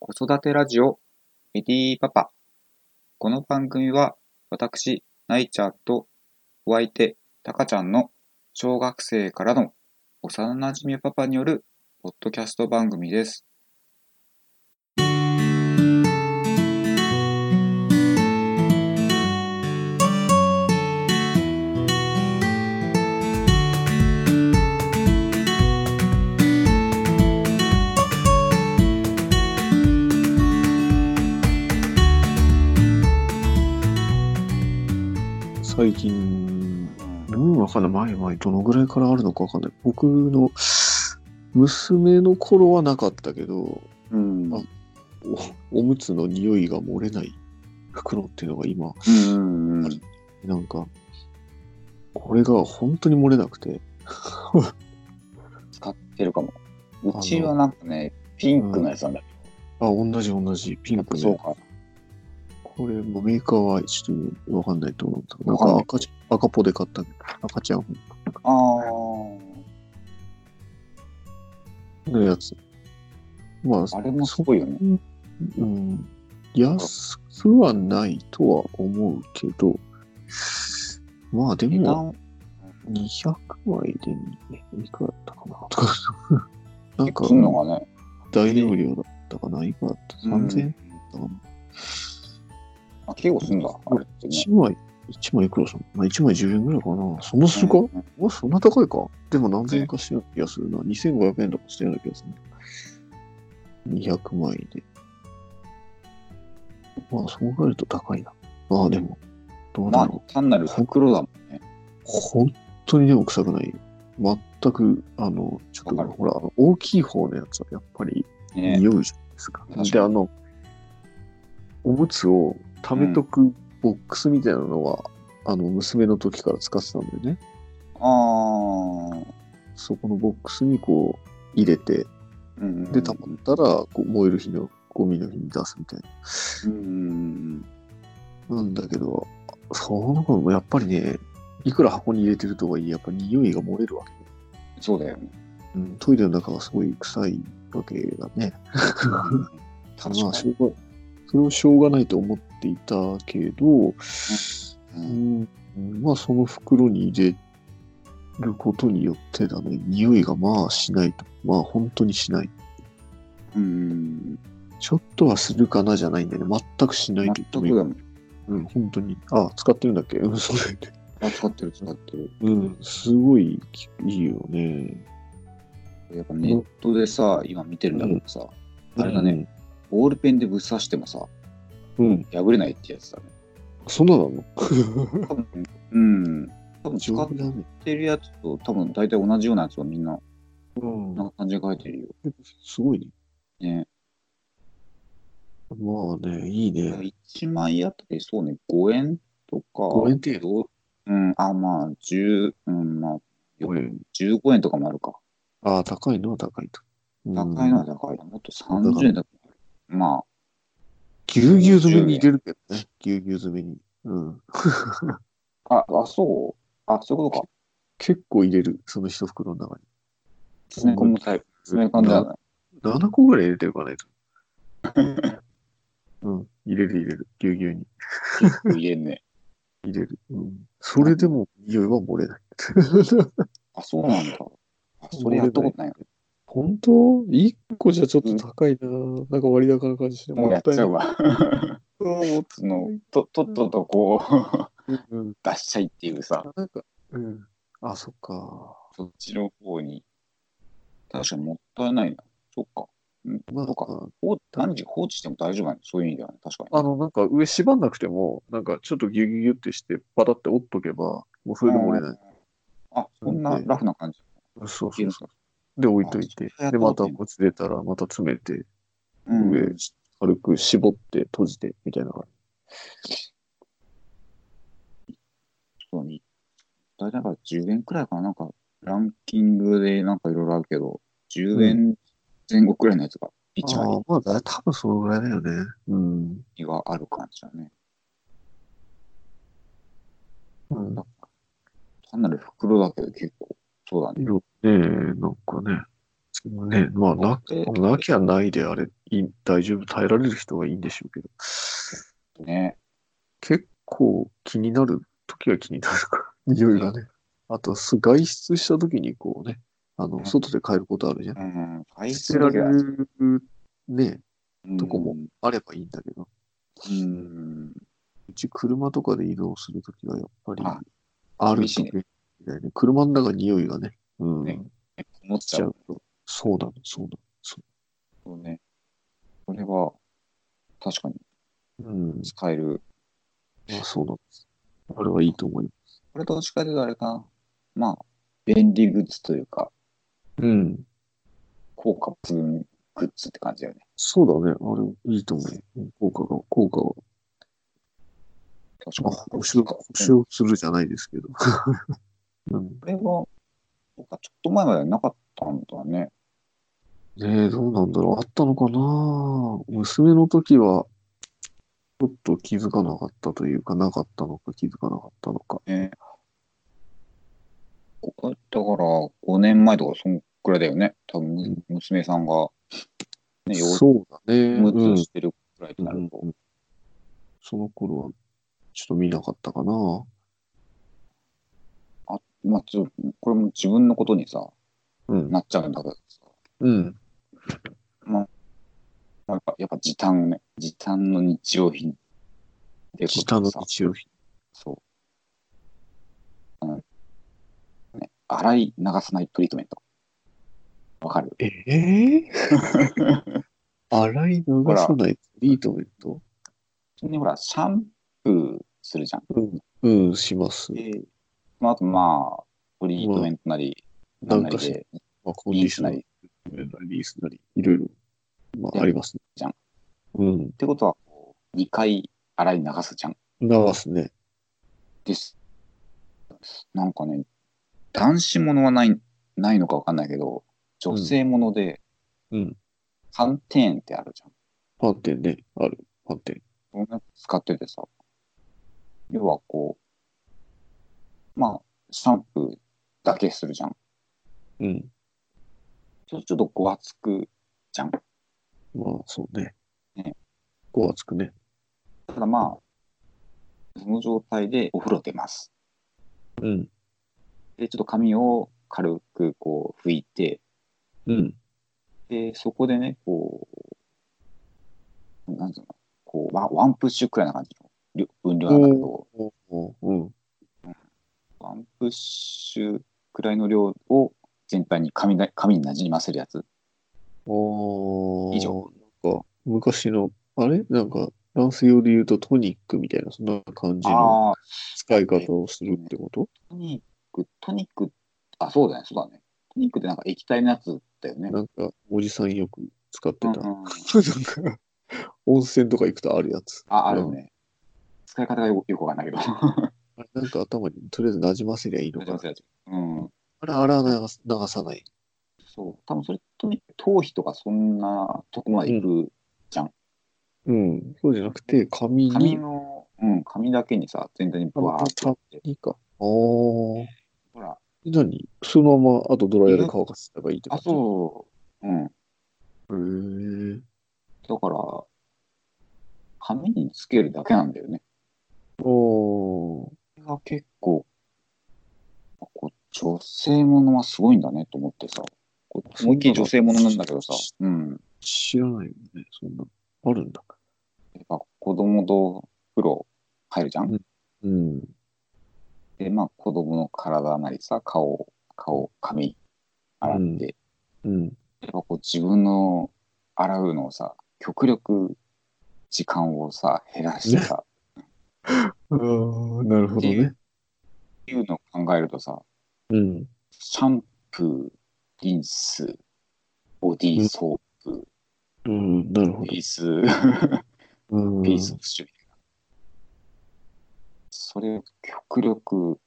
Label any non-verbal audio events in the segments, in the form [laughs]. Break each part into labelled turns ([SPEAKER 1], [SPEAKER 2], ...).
[SPEAKER 1] 子育てラジオメディーパパ。この番組は私、ナイちゃんとお相手、タカちゃんの小学生からの幼馴染パパによるポッドキャスト番組です。
[SPEAKER 2] 最近、うん、わかんない。前々、どのぐらいからあるのかわかんない。僕の、娘の頃はなかったけど、
[SPEAKER 1] うん
[SPEAKER 2] あおおむつの匂いが漏れない袋っていうのが
[SPEAKER 1] う
[SPEAKER 2] 今、
[SPEAKER 1] ん。
[SPEAKER 2] なんか、これが本当に漏れなくて、
[SPEAKER 1] 使ってるかも。う
[SPEAKER 2] の
[SPEAKER 1] ちはなんかね、ピンクのやつなんだ
[SPEAKER 2] あ、同じ同じ、ピ
[SPEAKER 1] けど。や
[SPEAKER 2] ン
[SPEAKER 1] っぱ
[SPEAKER 2] ク
[SPEAKER 1] そう
[SPEAKER 2] で。
[SPEAKER 1] か。
[SPEAKER 2] これもメーカーはちょっとわかんないと思ったけど。な
[SPEAKER 1] わか
[SPEAKER 2] ん
[SPEAKER 1] んない
[SPEAKER 2] か赤ち赤ポで買ったけど、赤ちゃん
[SPEAKER 1] ああ
[SPEAKER 2] のやつ。まあ、
[SPEAKER 1] ー、あれもすごいよね。
[SPEAKER 2] うん、安くはないとは思うけど、まあで
[SPEAKER 1] 値
[SPEAKER 2] も、
[SPEAKER 1] 段、
[SPEAKER 2] 200枚でいくらだったかなとか、なんか
[SPEAKER 1] すんのがね。
[SPEAKER 2] 大容量だったかな、いくらだった3000円
[SPEAKER 1] うん
[SPEAKER 2] だったかな。
[SPEAKER 1] あ、結構すんだ。あれってね。
[SPEAKER 2] 1枚、1枚いくらしたのまあ ?1 枚10円ぐらいかな。そのするか、
[SPEAKER 1] うん
[SPEAKER 2] まあそんな高いか。でも何千円かしてない気がするな。2500円とかしてない気がするな。200枚で。まあ、そう考えると高いな。まあでも、どう
[SPEAKER 1] ま
[SPEAKER 2] だ
[SPEAKER 1] あ
[SPEAKER 2] ろう。、
[SPEAKER 1] 単なる袋だもんね。
[SPEAKER 2] 本当にでも臭くない。全く、あの、ちょっと、
[SPEAKER 1] わかる
[SPEAKER 2] ほら、あの大きい方のやつはやっぱり
[SPEAKER 1] ね
[SPEAKER 2] 匂うじゃないですか。
[SPEAKER 1] 確かに
[SPEAKER 2] で、あの、おむつを溜めとくボックスみたいなのは、あの、娘の時から使ってたんだよね。
[SPEAKER 1] ああ。
[SPEAKER 2] そこのボックスにこう入れて、
[SPEAKER 1] うん
[SPEAKER 2] で、溜まったらこう燃える日のゴミの日に出すみたい
[SPEAKER 1] うん。
[SPEAKER 2] な。なんだけど、その頃もやっぱりね、いくら箱に入れてるとはいえ、やっぱ匂いが漏れるわけ。
[SPEAKER 1] そうだよ
[SPEAKER 2] [laughs]
[SPEAKER 1] ね。
[SPEAKER 2] うん、トイレの中がすごい臭いわけだね。
[SPEAKER 1] 確
[SPEAKER 2] まあ、
[SPEAKER 1] か
[SPEAKER 2] しょうがそれをしょうがないと思っていたけど、う
[SPEAKER 1] に。
[SPEAKER 2] ん、まあ、その袋に入れることによってだね、匂いがまあしないと。まあ、本当にしない。
[SPEAKER 1] うん。
[SPEAKER 2] ちょっとはするかなじゃないんだよね。全くしない
[SPEAKER 1] 納
[SPEAKER 2] と言ってもいい
[SPEAKER 1] 得だもん。
[SPEAKER 2] うん、本当に。あ、使ってるんだっけうん、そうだよね。
[SPEAKER 1] あ、使ってる使ってる。
[SPEAKER 2] うん、すごいきいいよね。
[SPEAKER 1] やっぱネットでさ、今見てるんだけどさ、あれだね、ボールペンでぶっ刺してもさ、
[SPEAKER 2] うん。うん、
[SPEAKER 1] 破れないってやつだね。
[SPEAKER 2] そんななの
[SPEAKER 1] 多分、うん。多分使
[SPEAKER 2] 丈
[SPEAKER 1] っ
[SPEAKER 2] 夫だね。
[SPEAKER 1] てるやつと多分大体同じようなやつがみんな、
[SPEAKER 2] うん
[SPEAKER 1] こんな感じで書いてるよ。
[SPEAKER 2] すごいね。
[SPEAKER 1] ね。
[SPEAKER 2] まあね、いいね。
[SPEAKER 1] 1枚あたりそうね、5円とか。
[SPEAKER 2] 5円程度
[SPEAKER 1] うん、あ、まあ、10、うん、まあ、
[SPEAKER 2] ?5 円。
[SPEAKER 1] 15円とかもあるか。
[SPEAKER 2] ああ、高いのは高いと。うん
[SPEAKER 1] 高いのは高いな。もっと30円だから。まあ、
[SPEAKER 2] ぎゅうぎゅう詰めに入れるけどね。ぎゅうぎゅう詰めに。うん。
[SPEAKER 1] あ、あ、そう。あ、そういうことか。
[SPEAKER 2] 結構入れる、その一袋の中に。
[SPEAKER 1] 詰め込むタイプ。詰め込んだらね。
[SPEAKER 2] 7個ぐらい入れてるかね。
[SPEAKER 1] [laughs]
[SPEAKER 2] うん、入れる入れる。ぎゅうぎゅうに
[SPEAKER 1] 入れんね。
[SPEAKER 2] 入れる。うん。それでも匂いは漏れない。
[SPEAKER 1] あ、そうなんだ。あ、それやったことないわ。
[SPEAKER 2] 本当 ?1 個じゃちょっと高いな、なんか割高な感じして。
[SPEAKER 1] もうやっちゃう
[SPEAKER 2] わ。
[SPEAKER 1] わ。
[SPEAKER 2] うん
[SPEAKER 1] その、と、とっととこう、 [laughs]
[SPEAKER 2] うん
[SPEAKER 1] 出しちゃいっていうさ、
[SPEAKER 2] なんか、うん。あ、そっか。
[SPEAKER 1] そっちの方に。確かにもったいないな。そっか。
[SPEAKER 2] なん
[SPEAKER 1] そ
[SPEAKER 2] か
[SPEAKER 1] う、放何時放置しても大丈夫なのそういう意味ではね。確かに。
[SPEAKER 2] あの、なんか上縛んなくても、なんかちょっとギュギュギュってして、パタって折っとけば、もうそれでも折れない。
[SPEAKER 1] あ、そんなラフな感じ。い
[SPEAKER 2] そう
[SPEAKER 1] い
[SPEAKER 2] そ
[SPEAKER 1] の
[SPEAKER 2] う
[SPEAKER 1] か
[SPEAKER 2] そう。で、置いといて
[SPEAKER 1] あそれやっ。
[SPEAKER 2] で、
[SPEAKER 1] たこ
[SPEAKER 2] ま
[SPEAKER 1] と
[SPEAKER 2] た
[SPEAKER 1] ない
[SPEAKER 2] こっち出たら、また詰めて、
[SPEAKER 1] うん
[SPEAKER 2] 上、軽く絞って、閉じて、みたいな感
[SPEAKER 1] そうに、大体だから10円くらいかな、なんか、ランキングでなんかいろいろあるけど、10円前後くらいのやつが
[SPEAKER 2] じ。
[SPEAKER 1] 1
[SPEAKER 2] ああ
[SPEAKER 1] 割
[SPEAKER 2] まあ、だ多分そのぐらいだよね。うん。
[SPEAKER 1] がある感じだね。
[SPEAKER 2] うん
[SPEAKER 1] 単なる袋だけど結構、そうだね。
[SPEAKER 2] よね、なんかね、ね、まあ、な、
[SPEAKER 1] え
[SPEAKER 2] なきゃないであれ、いい大丈夫、耐えられる人はいいんでしょうけど、
[SPEAKER 1] ね。
[SPEAKER 2] 結構気になる時は気になるから、 [laughs] 匂いがね。あと、す外出した時にこうね、あ
[SPEAKER 1] うん
[SPEAKER 2] の、外で帰ることあるじゃん。
[SPEAKER 1] うん。あ
[SPEAKER 2] 捨てられる、ね、とこも
[SPEAKER 1] うん。
[SPEAKER 2] あればいいんだけど、
[SPEAKER 1] うん。
[SPEAKER 2] うち車とかで移動するときはやっぱり
[SPEAKER 1] あ、
[SPEAKER 2] ある
[SPEAKER 1] 厳しい
[SPEAKER 2] と
[SPEAKER 1] ね
[SPEAKER 2] 便利だよね。車の中匂いがね、うん、
[SPEAKER 1] ね思っ
[SPEAKER 2] し
[SPEAKER 1] ち
[SPEAKER 2] ち
[SPEAKER 1] ゃ
[SPEAKER 2] ゃ
[SPEAKER 1] う
[SPEAKER 2] うと。そうなの、そうなの。そ
[SPEAKER 1] とね。これは、確かに
[SPEAKER 2] う。うん、
[SPEAKER 1] 使える。
[SPEAKER 2] まあそうなんです。あれはいいと思いま
[SPEAKER 1] これどっちかというとあれかな。まあ、便利グッズというか、
[SPEAKER 2] す。うん。
[SPEAKER 1] 効果抜群グッズって感じだよね。
[SPEAKER 2] そうだね。あれ、いいと思うよ。効果が、効果が
[SPEAKER 1] 確
[SPEAKER 2] まあ、
[SPEAKER 1] かに。
[SPEAKER 2] 補修、
[SPEAKER 1] こ
[SPEAKER 2] 補修するじゃないですけど。 [laughs] うん、
[SPEAKER 1] れは、僕はちょっと前までなかったんだね。
[SPEAKER 2] ねえ、どうなんだろう。あったのかな娘の時は、ちょっと気づかなかったというか、なかったのか気づかなかったのか。
[SPEAKER 1] ねここだから、5年前とか、そんくらいだよね。多分、む娘さんが、ね、幼稚
[SPEAKER 2] そうだね。
[SPEAKER 1] む
[SPEAKER 2] う
[SPEAKER 1] つ
[SPEAKER 2] ん
[SPEAKER 1] してるくらいとなると、
[SPEAKER 2] うんその頃は、ちょっと見なかったかな。
[SPEAKER 1] まあ、ちょっと、これも自分のことにさ、
[SPEAKER 2] うん。
[SPEAKER 1] なっちゃうんだけどさ、
[SPEAKER 2] うん。
[SPEAKER 1] まあやっぱ、やっぱ時短ね、時短の日用品ってこ
[SPEAKER 2] 北
[SPEAKER 1] と
[SPEAKER 2] の
[SPEAKER 1] でさ、
[SPEAKER 2] 日用品。
[SPEAKER 1] そう。あのね、洗い流さないトリートメント。わかる
[SPEAKER 2] ええ [laughs] 洗い流さないトリートメント
[SPEAKER 1] 普通にほら、シャンプーするじゃん。
[SPEAKER 2] うん。うん、します。
[SPEAKER 1] で、まあ、あとまあ、トリートメントなり、
[SPEAKER 2] ま
[SPEAKER 1] な
[SPEAKER 2] あ
[SPEAKER 1] んなり
[SPEAKER 2] なん
[SPEAKER 1] で、
[SPEAKER 2] まあ、コンデ
[SPEAKER 1] リ
[SPEAKER 2] ィ
[SPEAKER 1] ン
[SPEAKER 2] シ
[SPEAKER 1] ス
[SPEAKER 2] ョナ
[SPEAKER 1] な
[SPEAKER 2] ー
[SPEAKER 1] り。っ
[SPEAKER 2] リースなり、いろいろ、まあ、
[SPEAKER 1] で
[SPEAKER 2] ありますね。
[SPEAKER 1] じゃん。
[SPEAKER 2] うん。
[SPEAKER 1] てことは、こう2回洗い流すじゃん。
[SPEAKER 2] 流すね。
[SPEAKER 1] です。なんかね、男子ものはない、ないのかわかんないけど、女性もので、
[SPEAKER 2] うん。
[SPEAKER 1] パンテーンってあるじゃん。
[SPEAKER 2] パンテンね。ある。パンテン。
[SPEAKER 1] そんなやつ使っててさ、要はこう、まあ、シャンプーだけするじゃん。
[SPEAKER 2] うん。
[SPEAKER 1] ちょちょっとごわつくじゃん。
[SPEAKER 2] まあ、そうね。
[SPEAKER 1] ね
[SPEAKER 2] ごわつくね。
[SPEAKER 1] ただまあ、その状態でお風呂出ます。
[SPEAKER 2] うん。
[SPEAKER 1] で、ちょっと髪を軽くこう拭いて、
[SPEAKER 2] うん。
[SPEAKER 1] で、そこでね、こう、なんつうの、こうワン、ワンプッシュくらいな感じの量分量なんだけど、
[SPEAKER 2] おおうん。
[SPEAKER 1] ワンプッシュくらいの量を全体に髪な髪になじませるやつ。
[SPEAKER 2] おー
[SPEAKER 1] 以上。
[SPEAKER 2] なんか、昔の、あれなんか、ダンス用で言うとトニックみたいな、そんな感じの
[SPEAKER 1] ああ、
[SPEAKER 2] 使い方をするってこと
[SPEAKER 1] トニック、トニック、あ、そうだね、そうだね。トニックってなんか液体のやつだよね。
[SPEAKER 2] なんか、おじさんよく使って
[SPEAKER 1] う
[SPEAKER 2] た。
[SPEAKER 1] ん
[SPEAKER 2] な
[SPEAKER 1] うんん、
[SPEAKER 2] か、温泉とか行くとあるやつ。
[SPEAKER 1] あ、あるよね。使い方がよよくわかんないけど。 [laughs]
[SPEAKER 2] あれなんか頭にとりあえずなじませりゃいいのかな。
[SPEAKER 1] うん。
[SPEAKER 2] あれ、洗わ流す流さない。
[SPEAKER 1] そう。多分それとね、頭皮とかそんなとこまで行く。
[SPEAKER 2] うん。そうじゃなくて、紙
[SPEAKER 1] 髪
[SPEAKER 2] に、
[SPEAKER 1] の、うん、髪だけにさ、全体にブワーってやって。
[SPEAKER 2] いいか。あー。
[SPEAKER 1] ほら、
[SPEAKER 2] 何そのまま、あとドライヤーで乾かせればいいって
[SPEAKER 1] あ、
[SPEAKER 2] う。
[SPEAKER 1] そう。うん。
[SPEAKER 2] へー
[SPEAKER 1] だから、髪につけるだけなんだよね。
[SPEAKER 2] おー。
[SPEAKER 1] これが結構、あこう女性ものはすごいんだねと思ってさ。こう思いっきり女性ものなんだけどさ。うん。
[SPEAKER 2] 知らないよね、そんな。あるんだ。
[SPEAKER 1] やっぱ子供と風呂入るじゃん。
[SPEAKER 2] うん。
[SPEAKER 1] で、まあ、子供の体なりさ、顔、顔、髪、洗って、
[SPEAKER 2] うん
[SPEAKER 1] や
[SPEAKER 2] うん。
[SPEAKER 1] っぱこう自分の洗うのをさ、極力時間をさ、減らしてさ、
[SPEAKER 2] あー、なるほどね。
[SPEAKER 1] っていうのを考えるとさ、
[SPEAKER 2] うん。
[SPEAKER 1] シャンプー、リンス、ボディーソ
[SPEAKER 2] うん、なる
[SPEAKER 1] ー
[SPEAKER 2] ほ
[SPEAKER 1] プ、
[SPEAKER 2] ど
[SPEAKER 1] リース、
[SPEAKER 2] うん。
[SPEAKER 1] ピースプッシュみたいな。それを極力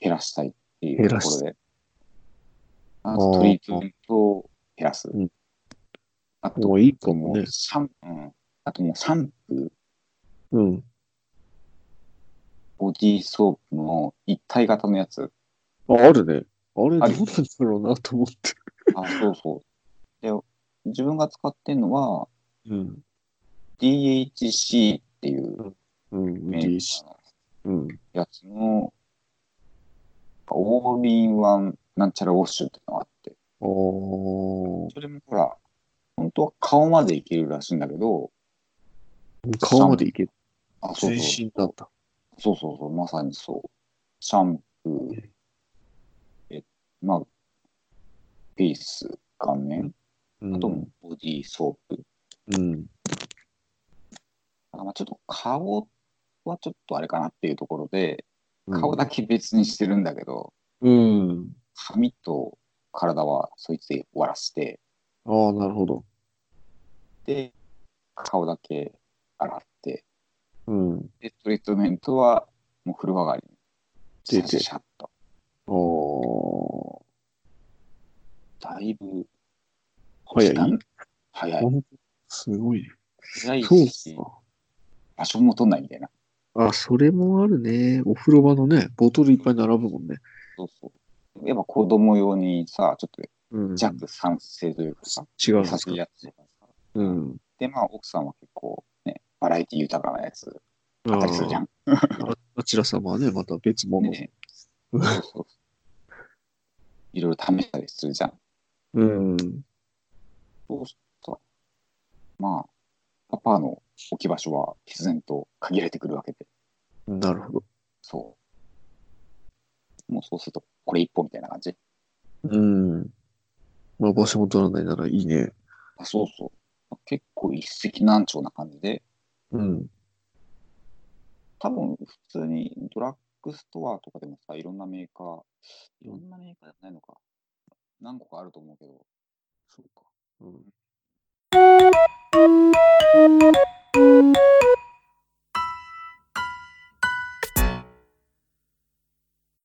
[SPEAKER 1] 減らしたいっていうところで。あと
[SPEAKER 2] あー
[SPEAKER 1] トリートメントを減らす。
[SPEAKER 2] うん
[SPEAKER 1] あと、
[SPEAKER 2] もういいか
[SPEAKER 1] も
[SPEAKER 2] も
[SPEAKER 1] う
[SPEAKER 2] ね。
[SPEAKER 1] シャン、うん、あともうシャンプー、
[SPEAKER 2] うん。
[SPEAKER 1] ボディーソープの一体型のやつ。
[SPEAKER 2] あ、あるね。あれ、どう
[SPEAKER 1] あ
[SPEAKER 2] なん
[SPEAKER 1] る
[SPEAKER 2] だろうなと思って。
[SPEAKER 1] あ、そうそう。自分が使ってるのは、
[SPEAKER 2] うん。
[SPEAKER 1] DHC っていう
[SPEAKER 2] うん。
[SPEAKER 1] メー
[SPEAKER 2] DC。
[SPEAKER 1] カーの
[SPEAKER 2] うん。
[SPEAKER 1] やつの、オールインワンなんちゃらウォッシュっていうのがあって、
[SPEAKER 2] おー。
[SPEAKER 1] それもほら、本当は顔までいけるらしいんだけど、
[SPEAKER 2] 顔までいける。
[SPEAKER 1] あ、そう
[SPEAKER 2] 全
[SPEAKER 1] そう、
[SPEAKER 2] 身なんだ。
[SPEAKER 1] そうそうそう、まさにそう。シャンプー、え、まあ、ピース、顔面、
[SPEAKER 2] うん
[SPEAKER 1] あとボディーソープ。
[SPEAKER 2] うん。
[SPEAKER 1] あまあ、ちょっと顔はちょっとあれかなっていうところで、
[SPEAKER 2] うん
[SPEAKER 1] 顔だけ別にしてるんだけど、
[SPEAKER 2] うん。
[SPEAKER 1] 髪と体はそいつで終わらせて、
[SPEAKER 2] ああ、なるほど。
[SPEAKER 1] で、顔だけ洗って、
[SPEAKER 2] うん。
[SPEAKER 1] で、トリートメントはもう風呂上がりに、シ
[SPEAKER 2] 出
[SPEAKER 1] ャシ
[SPEAKER 2] て
[SPEAKER 1] ャシャッと。
[SPEAKER 2] おー。
[SPEAKER 1] だいぶ、
[SPEAKER 2] 早
[SPEAKER 1] 時
[SPEAKER 2] い
[SPEAKER 1] 短早い
[SPEAKER 2] ほ。んとすごいね。
[SPEAKER 1] 早い
[SPEAKER 2] そう
[SPEAKER 1] し、
[SPEAKER 2] か。
[SPEAKER 1] 場所も取んないみたいな。
[SPEAKER 2] あ、それもあるね。お風呂場のね、ボトルいっぱい並ぶもんね。
[SPEAKER 1] そうそう。やっぱ子供用にさ、ちょっと
[SPEAKER 2] うん。
[SPEAKER 1] 弱酸性というかさ、
[SPEAKER 2] 違うん
[SPEAKER 1] 優
[SPEAKER 2] です
[SPEAKER 1] し
[SPEAKER 2] か
[SPEAKER 1] い。やつとかさ。
[SPEAKER 2] うん。
[SPEAKER 1] で、まあ、奥さんは結構ね、バラエティ豊かなやつ
[SPEAKER 2] あ
[SPEAKER 1] あったりするじゃん。
[SPEAKER 2] ああちら様はね、また別物。
[SPEAKER 1] ね。そうそういろいろ試したりするじゃん。
[SPEAKER 2] うん。
[SPEAKER 1] そうしたらまあ、パパの置き場所は必然と限られてくるわけで、
[SPEAKER 2] なるほど。
[SPEAKER 1] そう。もうそうすると、これ一本みたいな感じ。
[SPEAKER 2] うん。まあ、場所も取らないならいいね。
[SPEAKER 1] あそうそう。結構一石難鳥な感じで、
[SPEAKER 2] うん。
[SPEAKER 1] 多分普通にドラッグストアとかでもさ、いろんなメーカー、いろんなメーカーじゃないのか、何個かあると思うけど、そうか。
[SPEAKER 2] うん